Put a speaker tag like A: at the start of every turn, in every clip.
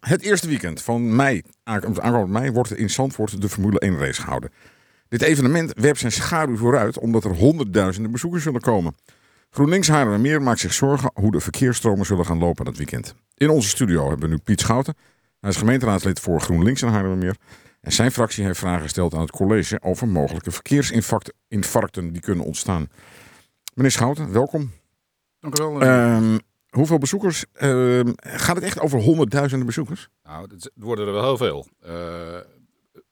A: Het eerste weekend van mei, aank- aankomend mei, wordt in Zandvoort de Formule 1 race gehouden. Dit evenement werpt zijn schaduw vooruit omdat er honderdduizenden bezoekers zullen komen. GroenLinks Haarlemmermeer maakt zich zorgen hoe de verkeersstromen zullen gaan lopen dat weekend. In onze studio hebben we nu Piet Schouten. Hij is gemeenteraadslid voor GroenLinks in Haarlemmermeer. En zijn fractie heeft vragen gesteld aan het college over mogelijke verkeersinfarcten die kunnen ontstaan. Meneer Schouten, welkom.
B: Dank u wel. eh.
A: Ehm, hoeveel bezoekers? ehm, gaat het echt over honderdduizenden bezoekers?
B: nou, het is- het worden er wel heel veel. Eh,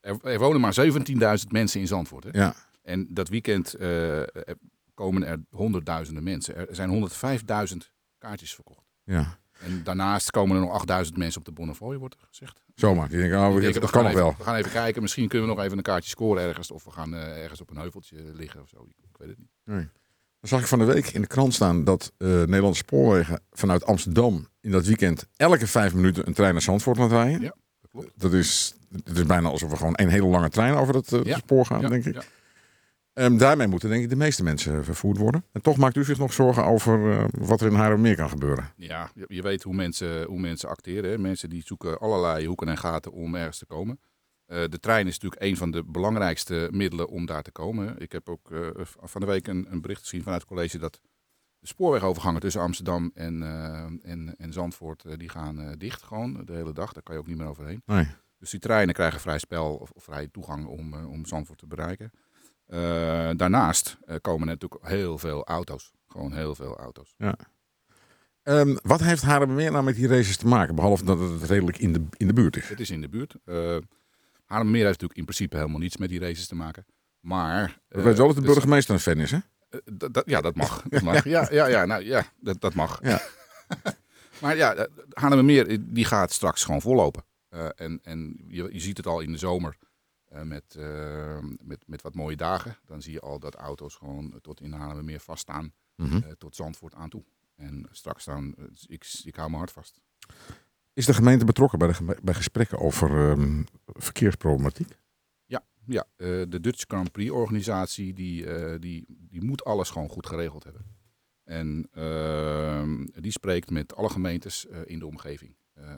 B: er, er wonen maar 17.000 mensen in Zandvoort. Hè?
A: Ja.
B: En dat weekend eh, er komen er honderdduizenden mensen. Er zijn 105.000 kaartjes verkocht.
A: Ja,
B: En daarnaast komen er nog 8000 mensen op de Bonnefoy, wordt er gezegd.
A: zomaar. Die denken, oh,
B: Ik denk,
A: dat
B: we
A: kan
B: gaan
A: nog
B: even-
A: wel.
B: We gaan even kijken. Misschien kunnen we nog even een kaartje scoren ergens. Of we gaan eh, ergens op een heuveltje liggen of zo. Ik, ik weet het niet.
A: Dan zag ik van de week in de krant staan dat eh, Nederlandse spoorwegen vanuit Amsterdam in dat weekend elke vijf minuten een trein naar Zandvoort laat rijden.
B: Ja, dat klopt.
A: Dat is, het is bijna alsof er gewoon één hele lange trein over het eh,
B: Ja,
A: spoor gaat,
B: Ja,
A: denk ik.
B: ja.
A: Ehm, daarmee moeten denk ik de meeste mensen vervoerd worden. En toch maakt u zich nog zorgen over eh, wat er in Haarlemmermeer kan gebeuren.
B: Ja, je, je weet hoe mensen, hoe mensen acteren. Hè? Mensen die zoeken allerlei hoeken en gaten om ergens te komen. Eh, de trein is natuurlijk een van de belangrijkste middelen om daar te komen. hè. Ik heb ook eh, v- van de week een, een bericht gezien vanuit het college dat de spoorwegovergangen tussen Amsterdam en, eh, en, en Zandvoort, eh, die gaan eh, dicht gewoon de hele dag. Daar kan je ook niet meer overheen.
A: Nee.
B: Dus die treinen krijgen vrij spel of, of vrije toegang om, eh, om Zandvoort te bereiken. Eh, daarnaast eh, komen er natuurlijk heel veel auto's. Gewoon heel veel auto's.
A: Ehm, wat heeft Haarlemmermeer nou met die races te maken? Behalve dat het redelijk in de, in de buurt is.
B: Het is in de buurt. Eh Haarlemmermeer heeft natuurlijk in principe helemaal niets met die races te maken. Maar...
A: We
B: eh,
A: weten wel dat de
B: dus-
A: burgemeester een fan is, hè?
B: eh, dat- dat- ja, dat mag. Dat mag. ja, ja, ja, nou, ja dat, dat mag.
A: Ja.
B: maar ja, eh, Haarlemmermeer eh, die gaat straks gewoon vollopen. Eh, en en je, je ziet het al in de zomer eh, met, eh, met, met wat mooie dagen. Dan zie je al dat auto's gewoon tot in Haarlemmermeer vaststaan.
A: Mhm.
B: eh, tot Zandvoort aan toe. En straks dan, eh, ik, ik hou mijn hart vast.
A: Is de gemeente betrokken bij, de, geme- bij gesprekken over ehm, verkeersproblematiek?
B: Ja, eh, de Dutch Grand Prix organisatie, die, eh, die, die moet alles gewoon goed geregeld hebben. En ehm, die spreekt met alle gemeentes eh, in de omgeving. Eh,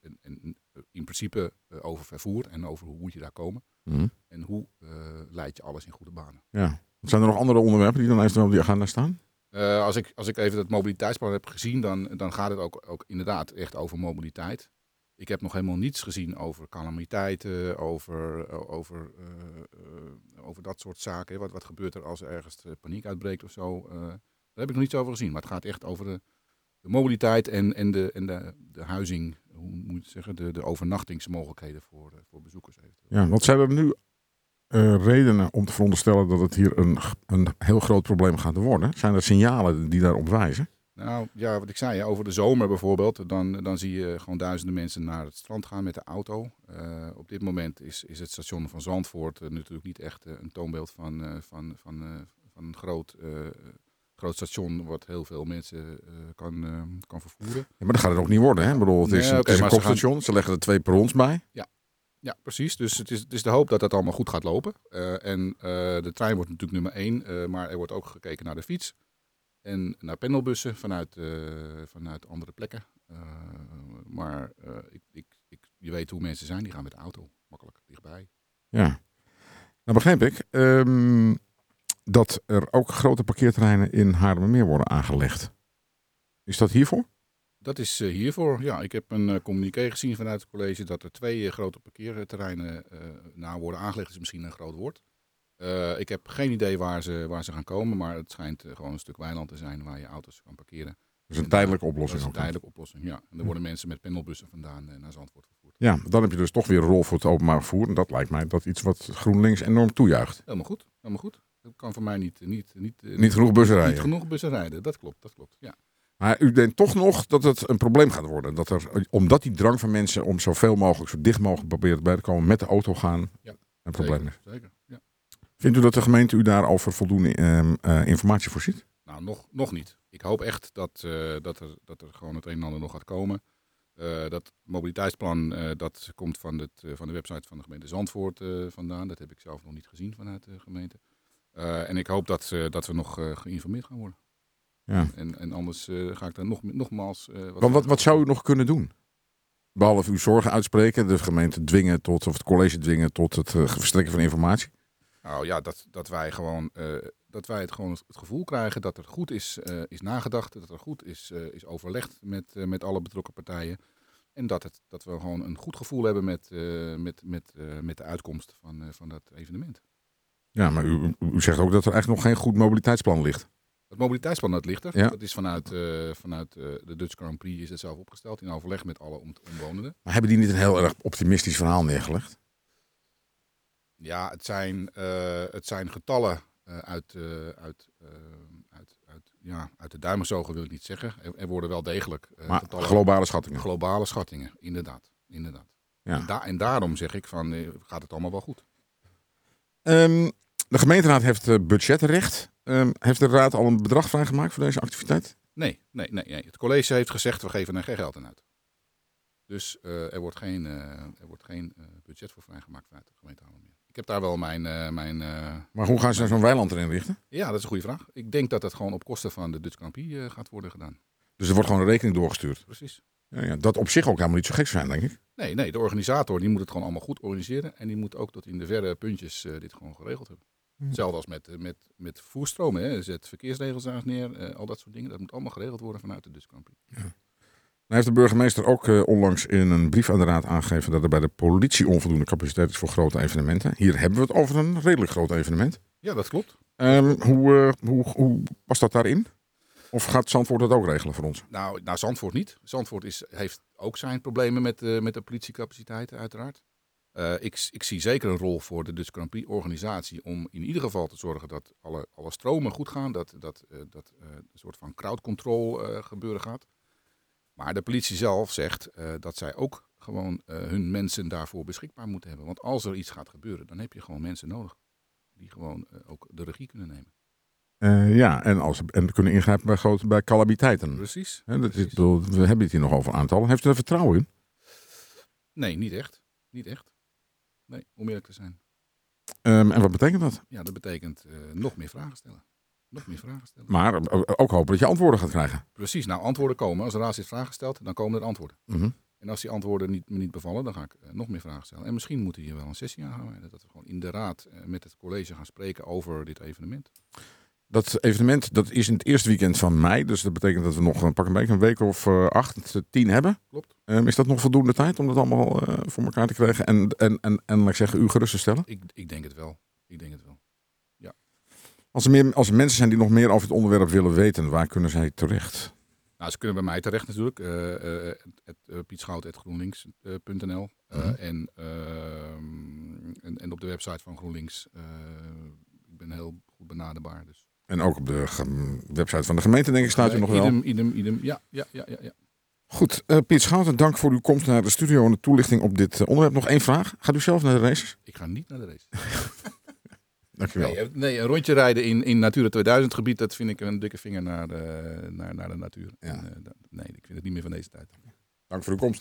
B: en, en in principe eh, over vervoer en over hoe moet je daar komen.
A: Mhm.
B: En hoe eh, leid je alles in goede banen.
A: Ja. Zijn er nog andere onderwerpen die dan eventueel op die agenda staan?
B: Eh, als, ik, als ik even dat mobiliteitsplan heb gezien, dan, dan gaat het ook, ook inderdaad echt over mobiliteit. Ik heb nog helemaal niets gezien over calamiteiten, over, o- over, eh, eh, over dat soort zaken. Wat, wat gebeurt er als er ergens eh, paniek uitbreekt of zo? Eh, daar heb ik nog niets over gezien. Maar het gaat echt over de, de mobiliteit en, en, de, en de, de huizing, hoe moet je het zeggen, de, de overnachtingsmogelijkheden voor, eh, voor bezoekers eventueel.
A: Ja, wat zijn er nu eh, redenen om te veronderstellen dat het hier een, g- een heel groot probleem gaat worden? Zijn er signalen die daarop wijzen?
B: Nou ja, wat ik zei, hè, over de zomer bijvoorbeeld, dan, dan zie je gewoon duizenden mensen naar het strand gaan met de auto. Eh, op dit moment is, is het station van Zandvoort eh, natuurlijk niet echt eh, een toonbeeld van, eh, van, van, eh, van een groot, eh, groot station wat heel veel mensen eh, kan, eh, kan vervoeren.
A: Ja, maar dat gaat het ook niet worden, hè? Ik bedoel, het is,
B: Nee,
A: het
B: oké,
A: is een
B: maar ze
A: kopstation, ze leggen er twee perrons bij.
B: Ja, precies. Dus het is, het is de hoop dat dat allemaal goed gaat lopen. Eh, en eh, de trein wordt natuurlijk nummer één, eh, maar er wordt ook gekeken naar de fiets. En naar pendelbussen vanuit, eh, vanuit andere plekken. Eh, maar eh, ik, ik, ik, je weet hoe mensen zijn, die gaan met de auto makkelijk dichtbij.
A: Ja. Nou begrijp ik ehm, dat er ook grote parkeerterreinen in Haarlemmermeer worden aangelegd. Is dat hiervoor?
B: Dat is eh, hiervoor. Ja, ik heb een eh, communiqué gezien vanuit het college dat er twee eh, grote parkeerterreinen eh nou worden aangelegd. is misschien een groot woord. Eh, ik heb geen idee waar ze, waar ze gaan komen, maar het schijnt eh, gewoon een stuk weiland te zijn waar je auto's kan parkeren.
A: Dat is een tijdelijke
B: Dat
A: oplossing.
B: is een
A: ook Hm. nog.
B: tijdelijke oplossing, ja. En dan worden mensen met pendelbussen vandaan eh, naar Zandvoort vervoerd.
A: Ja, dan heb je dus toch weer een rol voor het openbaar vervoer. En dat lijkt mij dat iets wat GroenLinks enorm toejuicht.
B: Helemaal goed, helemaal goed. Dat kan voor mij niet, niet, niet, eh,
A: Niet genoeg bussen
B: niet
A: rijden.
B: genoeg bussen rijden. Dat klopt, dat klopt. Ja.
A: Maar u denkt toch nog dat het een probleem gaat worden. Dat er, omdat die drang van mensen om zoveel mogelijk, zo dicht mogelijk proberen bij te komen, met de auto gaan,
B: Ja,
A: een probleem is.
B: Zeker, zeker. Ja.
A: Vindt u dat de gemeente u daarover voldoende ehm, eh, informatie voorziet?
B: Nou, nog, nog niet. Ik hoop echt dat, eh, dat, er, dat er gewoon het een en ander nog gaat komen. Eh, dat mobiliteitsplan eh, dat komt van, het, eh, van de website van de gemeente Zandvoort eh, vandaan. Dat heb ik zelf nog niet gezien vanuit de gemeente. Eh, en ik hoop dat, eh, dat we nog eh, geïnformeerd gaan worden.
A: Ja.
B: En, en anders eh, ga ik daar nog, nogmaals... eh, wat
A: Want wat, wat zou u nog kunnen doen? Behalve uw zorgen uitspreken, de gemeente dwingen tot, of het college dwingen tot het eh, verstrekken van informatie.
B: Nou ja, dat, dat wij gewoon eh, dat wij het gewoon het het gevoel krijgen dat er goed is, eh, is nagedacht, dat er goed is, eh, is overlegd met, eh, met alle betrokken partijen. En dat, het, dat we gewoon een goed gevoel hebben met, eh, met, met, eh, met de uitkomst van, eh, van dat evenement.
A: Ja, maar u, u zegt ook dat er eigenlijk nog geen goed mobiliteitsplan ligt.
B: Het mobiliteitsplan dat ligt er.
A: Ja.
B: Dat is vanuit, eh, vanuit eh, de Dutch Grand Prix is het zelf opgesteld in overleg met alle om- omwonenden.
A: Maar hebben die niet een heel erg optimistisch verhaal neergelegd?
B: Ja, het zijn, eh, het zijn getallen eh, uit, eh, uit, eh, uit, uit, ja, uit de duimenzogen wil ik niet zeggen. Er, er worden wel degelijk eh,
A: Maar
B: getallen
A: globale schattingen.
B: Globale schattingen, inderdaad. inderdaad.
A: Ja.
B: En, da- en daarom zeg ik van, eh, gaat het allemaal wel goed?
A: Ehm, de gemeenteraad heeft eh, budgetrecht. Ehm, heeft de raad al een bedrag vrijgemaakt voor deze activiteit?
B: Nee, nee, nee, nee. Het college heeft gezegd, we geven er geen geld aan uit. Dus eh, er wordt geen, eh, er wordt geen eh, budget voor vrijgemaakt vanuit de gemeente Haarlem meer. Ik heb daar wel mijn... eh, mijn eh,
A: Maar hoe gaan ze nou zo'n weiland erin richten?
B: Ja, dat is een goede vraag. Ik denk dat dat gewoon op kosten van de Dutch Grand Prix eh, gaat worden gedaan.
A: Dus er wordt gewoon een rekening doorgestuurd.
B: Precies.
A: Ja, ja, dat op zich ook helemaal niet zo gek zijn, denk ik.
B: Nee, nee, de organisator die moet het gewoon allemaal goed organiseren. En die moet ook tot in de verre puntjes eh, dit gewoon geregeld hebben.
A: Hm.
B: Hetzelfde als met, eh, met, met vervoerstromen. Hè. Zet verkeersregels daar eens neer, eh, al dat soort dingen. Dat moet allemaal geregeld worden vanuit de Dutch Grand Prix.
A: Dan heeft de burgemeester ook eh, onlangs in een brief aan de raad aangegeven dat er bij de politie onvoldoende capaciteit is voor grote evenementen. Hier hebben we het over een redelijk groot evenement.
B: Ja, dat klopt.
A: Ehm, hoe, eh, hoe, hoe past dat daarin? Of gaat Zandvoort dat ook regelen voor ons?
B: Nou, nou Zandvoort niet. Zandvoort is, heeft ook zijn problemen met, eh, met de politiecapaciteiten uiteraard. Eh, ik, s- ik zie zeker een rol voor de Dutch Grand Prix organisatie om in ieder geval te zorgen dat alle, alle stromen goed gaan. Dat, dat, eh, dat eh, een soort van crowd control eh, gebeuren gaat. Maar de politie zelf zegt eh, dat zij ook gewoon eh, hun mensen daarvoor beschikbaar moeten hebben. Want als er iets gaat gebeuren, dan heb je gewoon mensen nodig. Die gewoon eh, ook de regie kunnen nemen.
A: Eh, ja, en, als, en kunnen ingrijpen bij, grote, bij calamiteiten.
B: Precies.
A: Hè, dat is, ik
B: Precies.
A: bedoel, we hebben het hier nog over aantallen. Heeft u er vertrouwen in?
B: Nee, niet echt. Niet echt. Nee, om eerlijk te zijn.
A: Ehm, en wat betekent dat?
B: Ja, dat betekent eh, nog meer vragen stellen. Nog meer vragen stellen.
A: Maar eh, ook hopen dat je antwoorden gaat krijgen.
B: Precies, nou antwoorden komen. Als de raad is vragen stelt, dan komen er antwoorden.
A: Mhm.
B: En als die antwoorden niet, me niet bevallen, dan ga ik eh, nog meer vragen stellen. En misschien moeten we hier wel een sessie aan gaan wijden, Dat we gewoon in de raad eh, met het college gaan spreken over dit evenement.
A: Dat evenement dat is in het eerste weekend van mei. Dus dat betekent dat we nog een pak een week, een week of eh, acht, eh, tien hebben.
B: Klopt.
A: Ehm, is dat nog voldoende tijd om dat allemaal eh, voor elkaar te krijgen? En, en, en, en laat ik zeggen, u gerust te stellen?
B: Ik, ik denk het wel. Ik denk het wel.
A: Als er, meer, als er mensen zijn die nog meer over het onderwerp willen weten, waar kunnen zij terecht?
B: Nou, ze kunnen bij mij terecht natuurlijk. eh eh, at- eh, pietschout@groenlinks.nl. Eh,
A: Mhm.
B: en, ehm, en, en op de website van GroenLinks. eh, ik ben heel goed benaderbaar. Dus.
A: En ook op de ge- website van de gemeente, denk ik,
B: Eh,
A: staat u nog wel.
B: Idem, idem, idem. Ja, ja, ja, ja. ja.
A: Goed, eh, Piet Schouten, dank voor uw komst naar de studio en de toelichting op dit eh, onderwerp. Nog één vraag. Gaat u zelf naar de races?
B: Ik ga niet naar de race.
A: Dankjewel.
B: Nee, eh, nee, een rondje rijden in, in Natura 2000 gebied, dat vind ik een dikke vinger naar de, naar, naar de natuur.
A: Ja.
B: En, eh, dat- nee, ik vind het niet meer van deze tijd.
A: Dank voor uw komst.